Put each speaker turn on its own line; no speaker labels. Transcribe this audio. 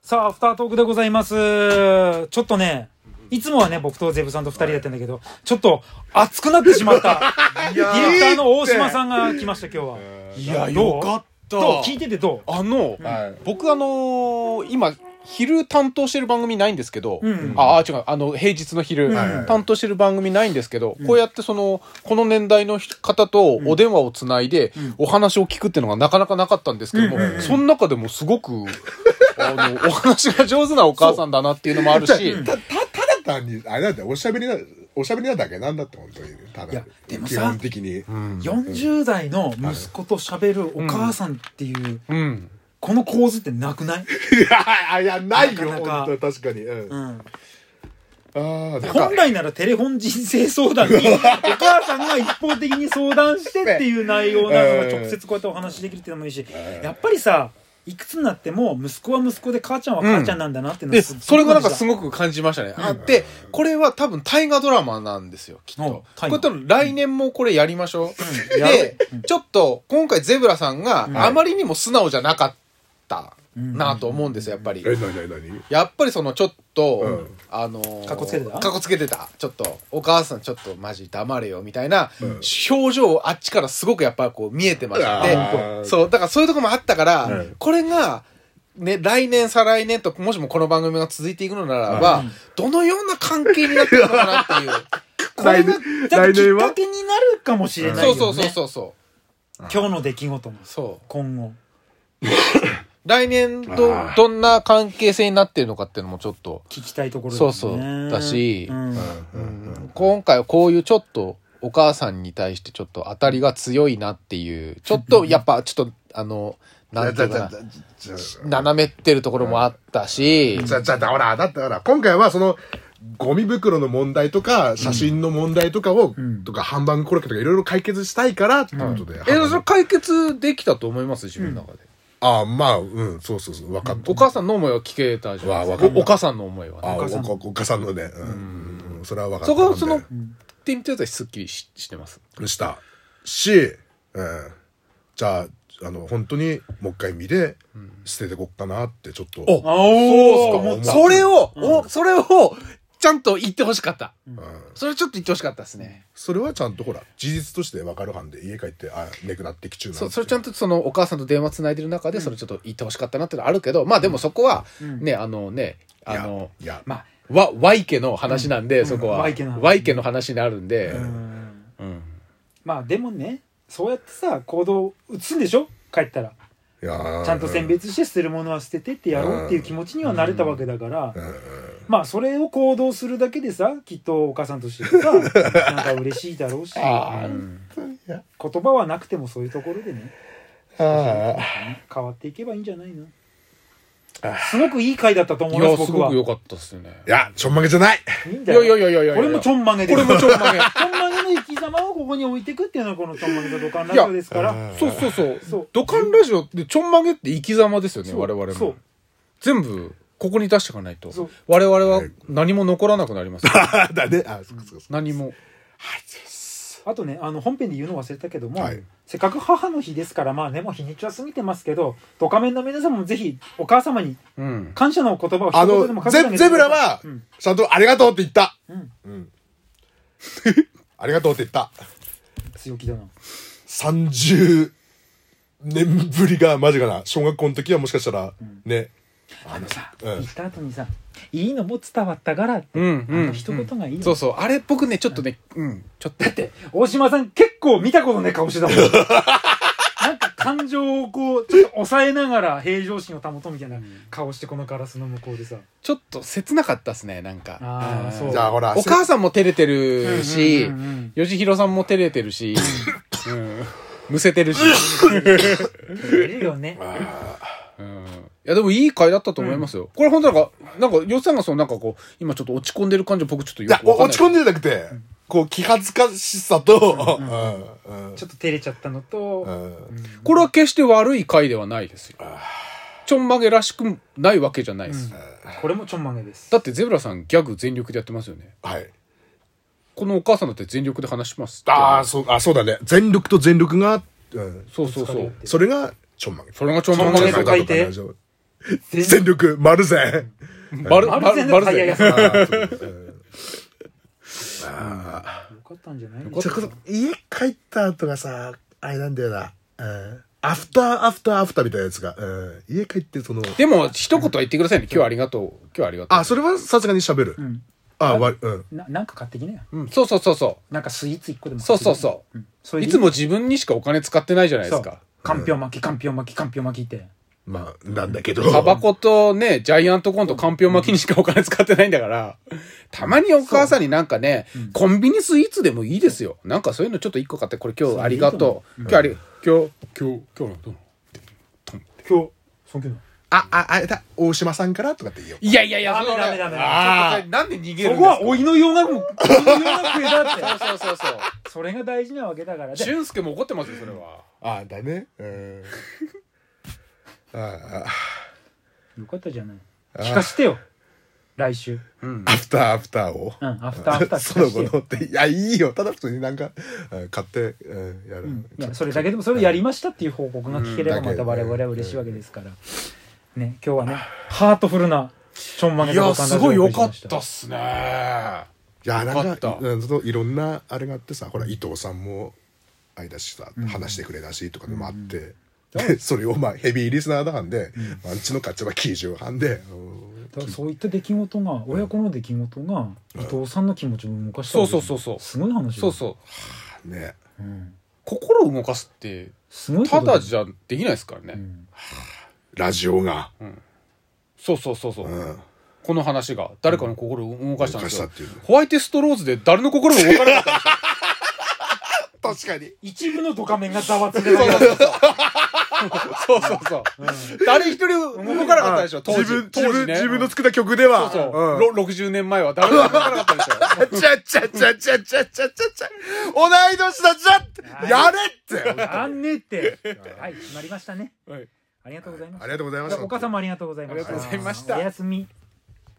さあ、アフタートークでございます。ちょっとね、いつもはね、僕とゼブさんと二人だったんだけど、ちょっと熱くなってしま った。ディレクターの大島さんが来ました、今日は。
いや、
どう
よかった。
どう聞いててど
あの、
はい
僕あのー今、昼担当してる番組ないんですけど、
うん
ああ、違う、あの、平日の昼、
うん
担当してる番組ないんですけど、こうやってその、この年代の人方とお電話をつないで、お話を聞くっていうのがなかなかなかったんですけども、その中でもすごく、あの、お話が上手なお母さんだなっていうのもあるし、
たたただ単にあれなんだよおしゃべりなおしゃべりなだけなんだって本当にねた
い
だ
やでもさ
基本的に、
う ?40 代の息子と喋るお母さんっていう、
うん。
この構図ってなくない
いやいやない
な
よ
かなか
本当に確かに、うん
う
あ
ん。
あでも
本来ならテレフォン人生相談に、お母さんが一方的に相談してっていう内容なのが直接こうやってお話しできるっていうのもいい し、やっぱりさ、いくつになっても息子は息子で母ちゃんは母ちゃんなんだなっていうの
で、
はすっごい
それがなんか
感じた
すごく感じましたね。あで、これは多分大河ドラマなんですよ、きっ
うん
と。こ
大河
れ多分来年もこれやりましょう。
やろ
で、ちょっと今回ゼブラさんがあまりにも素直じゃなかったなと思うんですよ、やっぱり。
え何何何
やっぱりそのちょっと、
うん
あのー、
かっこつけてた
かっこつけてた。ちょっと、お母さんちょっとマジ黙れよみたいな表情をあっちからすごくやっぱこう見えてました。で
あー
そう、だからそういうとこもあったから、
うん
これが、ね、来年、再来年と、もしもこの番組が続いていくのならば、どのような関係になっていくのかなっていう。
これが
来年
だってき
来
っ
年は
かけになるかもしれない
そ
よ
う
ね。
そうそうそうそう。
今日の出来事も、
そう。
今後。
来年ど
あ、ー
どんな関係性になっているのかっていうのもちょっと、
聞きたいところだ
そ
よ
う
ね
そう。だし、
うん
今回はこういうちょっとお母さんに対してちょっと当たりが強いなっていう、ちょっ とやっぱちょっとあの、なんていうかな、
じゃ
斜めってるところもあったし、
じゃじゃだほらだってほら今回はそのゴミ袋の問題とか写真の問題とかを、
ん
とか販売コロッケとかいろいろ解決したいからってことで、
え、それ解決できたと思います自分の中で。
ああまあうんそうそうそう分かった、
お母さんの思いは聞けたじゃないです
わわか
か
っ。た
おお母さんの思いは
あ
ね。
お
母さん
おお母さんのね、うんうんそれは分かった
そこはその、
な
っ
ん
て言ってたすっきりししてます。
でしたし、うん、じゃああの本当にもう一回見で捨ててこっかなってちょっと、
お
あおー
うっすか
それを、お、それを、ちゃんと言ってほしかった。
うん
それちょっと言ってほしかったですね。
それはちゃんとほら事実として分かるはんで家帰ってあねくなってきちゅうな
そう、それちゃん
と
とそのお母さんと電話つないでる中で、それちょっと言ってほしかったなってのあるけど、まあでもそこは、ね、あのね、あの、
いや
まあ、
わ、ワイ家の話なんで、そこは。
ワイ家の話
ワイ家の話になるんで、
うん
うん
まあでもね、そうやってさ、行動移すんでしょ帰ったら。
いや
ちゃんと選別して捨てるものは捨ててってやろうっていう気持ちにはなれたわけだから、まあそれを行動するだけでさきっとお母さんとしてさなんか嬉しいだろう し
あ
言葉はなくてもそういうところでね
あ
変わっていけばいいんじゃないのすごくいい回だったと思
い
いま
や、
す
す
僕
ご
は
く良かったですね
い。やちょんまげじゃない
いいん
い
だ
や
よ
いやいやいやいや。
これもちょんまげで
これもちょんまげ。
ちょんまげの生き様をここに置いてくっていうのはこのちょんまげの土管ラジオですから
そうそうそう。
そう
土管ラジオってちょんまげって生き様ですよね、
そう
我々
そう
も。全部、ここに出していかないと
そう。
我々は何も残らなくなりますよ。
あだねあそっかそっかそっか
何も。
あとねあの本編で言うの忘れたけども、
はい
せっかく母の日ですからまあねもう日にちは過ぎてますけどドカメンの皆さんもぜひお母様に
うん。
感謝の言葉を
あ
一言でも
の
かけてあげ
ゼ
て
ゼブ
くだ
ラ
さい
は
うん
ちゃんとありがとうって言った
うん
うん、ありがとうって言った
強気だな
30年ぶりがマジかな小学校の時はもしかしたらね、
あのさ、
うん
言った後にさいいのも伝わったからって、
うんうん
あの一言がいいの、
そうそう。あれ、僕ね、ちょっとね、うん。ちょっと。
だって大島さん結構見たことない顔してたもん なんか感情をこうちょっと抑えながら平常心を保とうみたいな顔してこのガラスの向こうでさ
ちょっと切なかったですね、なんか。
あー
うん
そう
じゃあほら
お母さんも照れてるし
うんうんうんうん、
よしひろさんも照れてるし、うんむせてるし。
出るよね
うんいや、でもいい回だったと思いますよ。これ本当なんか、なんか、よっさんがそのなんかこう、今ちょっと落ち込んでる感じ、僕ちょっと
い
よ
や
くわ
お
かんない。
落ち込んでじゃなくて、こう気恥ずかしさと、うんうん
ちょっと照れちゃったのと、
うん
これは決して悪い回ではないですよ。ちょんまげらしくないわけじゃないです。
これもちょんまげです
だってゼブラさんギャグ全力でやってますよね。
はい
このお母さんだって全力で話します。
ああそうあそうだね全力と全力が、うん、
そうそうそ
疲れ
う。
それがちょんまげ
それがちょんま
ちょん
げ
まげと書いて
ちょんまげとか
全
全力、丸ぜ。
バル、
丸善のタイヤ屋さん
バルゼン
よかったんじゃない
ちょっと家帰った後がさ、あれなんだよな。うんアフター、アフター、アフターみたいなやつが。うん家帰って、その、
でも、一言は言ってくださいね。今日はありがとう。今日はありがとう。
あ、それはさすがに喋る。
ん
あ、わ、うん。
ななんか買ってきなよ
うん、そうそうそうそ
なんかスイーツ一個でも
う。そうそうそうう。
それ
い
で
つも自分にしかお金使ってないじゃないで
そ
す
う
か。
かんぴょう巻きかんぴょう巻きかんぴょう巻きって
まあ、なんだけど。
タバコとね、ジャイアントコーンとかんぴょう巻きにしかお金使ってないんだから、たまにお母さんになんかね、コンビニスイーツでもいいですよ。なんかそういうのちょっと一個買って、これ今日ありがとう。今日あり、今日、今日、今日のどうなの
今日そんけ
あ、あ、あれだ、大島さんからとかって言いよ。
いやいやいや、
ダメ
その
ダメダメ
あーなんで逃げるん
そ
ですか
こは老いの洋楽も老いの洋楽だっ
そうそうそうそう。
てそれが大事なわけだからで
俊介も怒ってますよ、それは。
あ、だね。うん。あ
よかったじゃない聞かしてよ来週
うん。
アフター、アフターを。
うんアフターアフター聞
そ
か
の
して
後
よ
のって、いや、いいよ。ただ普通になんか、うん買って、うんやる。
いやそれだけでもそれをやりましたっていう報告が聞ければ
うん
ま
だけ
た
ど
我々は嬉しいわけですから、ね、今日はねハートフルなちょんまげ
い
の
や、
ボタンラ
す
ジオを
ごい
お送
良
りし
か
ました
っっすね。
いやな
よか
ん
っ
か
た
うんそのいろんなあれがあってさほら伊藤さんもあいだしさ話してくれたしとかでもあって、でそれをまあヘビーリスナーだはんで、まあ、うちの勝ちは90半で、うん
だからそういった出来事が親子の出来事が伊藤さんの気持ちを動かした
そ
わ
う
けじ
そ
ゃ
うんそうそう。
すごい話だ
そ
よ
うそう。
ね
うん
心を動かすって、
すごいこ
た
とだよ
だじゃできないですからね。
うん
ラジオが、
そうそうそうそう。
うん、
この話が誰かの心を動かしたんです
動
よ
かしたっていう。
ホワイトストローズで誰の心も動かなかったん ですよ。
確かに
一部のドカメンがざわついてた
そうそうそう。誰一人動かなかったでしょ、当時。
自分
当
自
時
分、
ね
自分の作った曲では
そう
うん
ろ60年前は誰も動かなかったでしょ。
ちゃちゃちゃちゃちゃちゃちゃちゃ同い年だじゃんやれって
あんねってはい決まりましたねありがとうございま
あ
す
りがとうございま
じ
し
ゃあ
た
お母さんもありがとうございました
ありがとうございました
おやすみ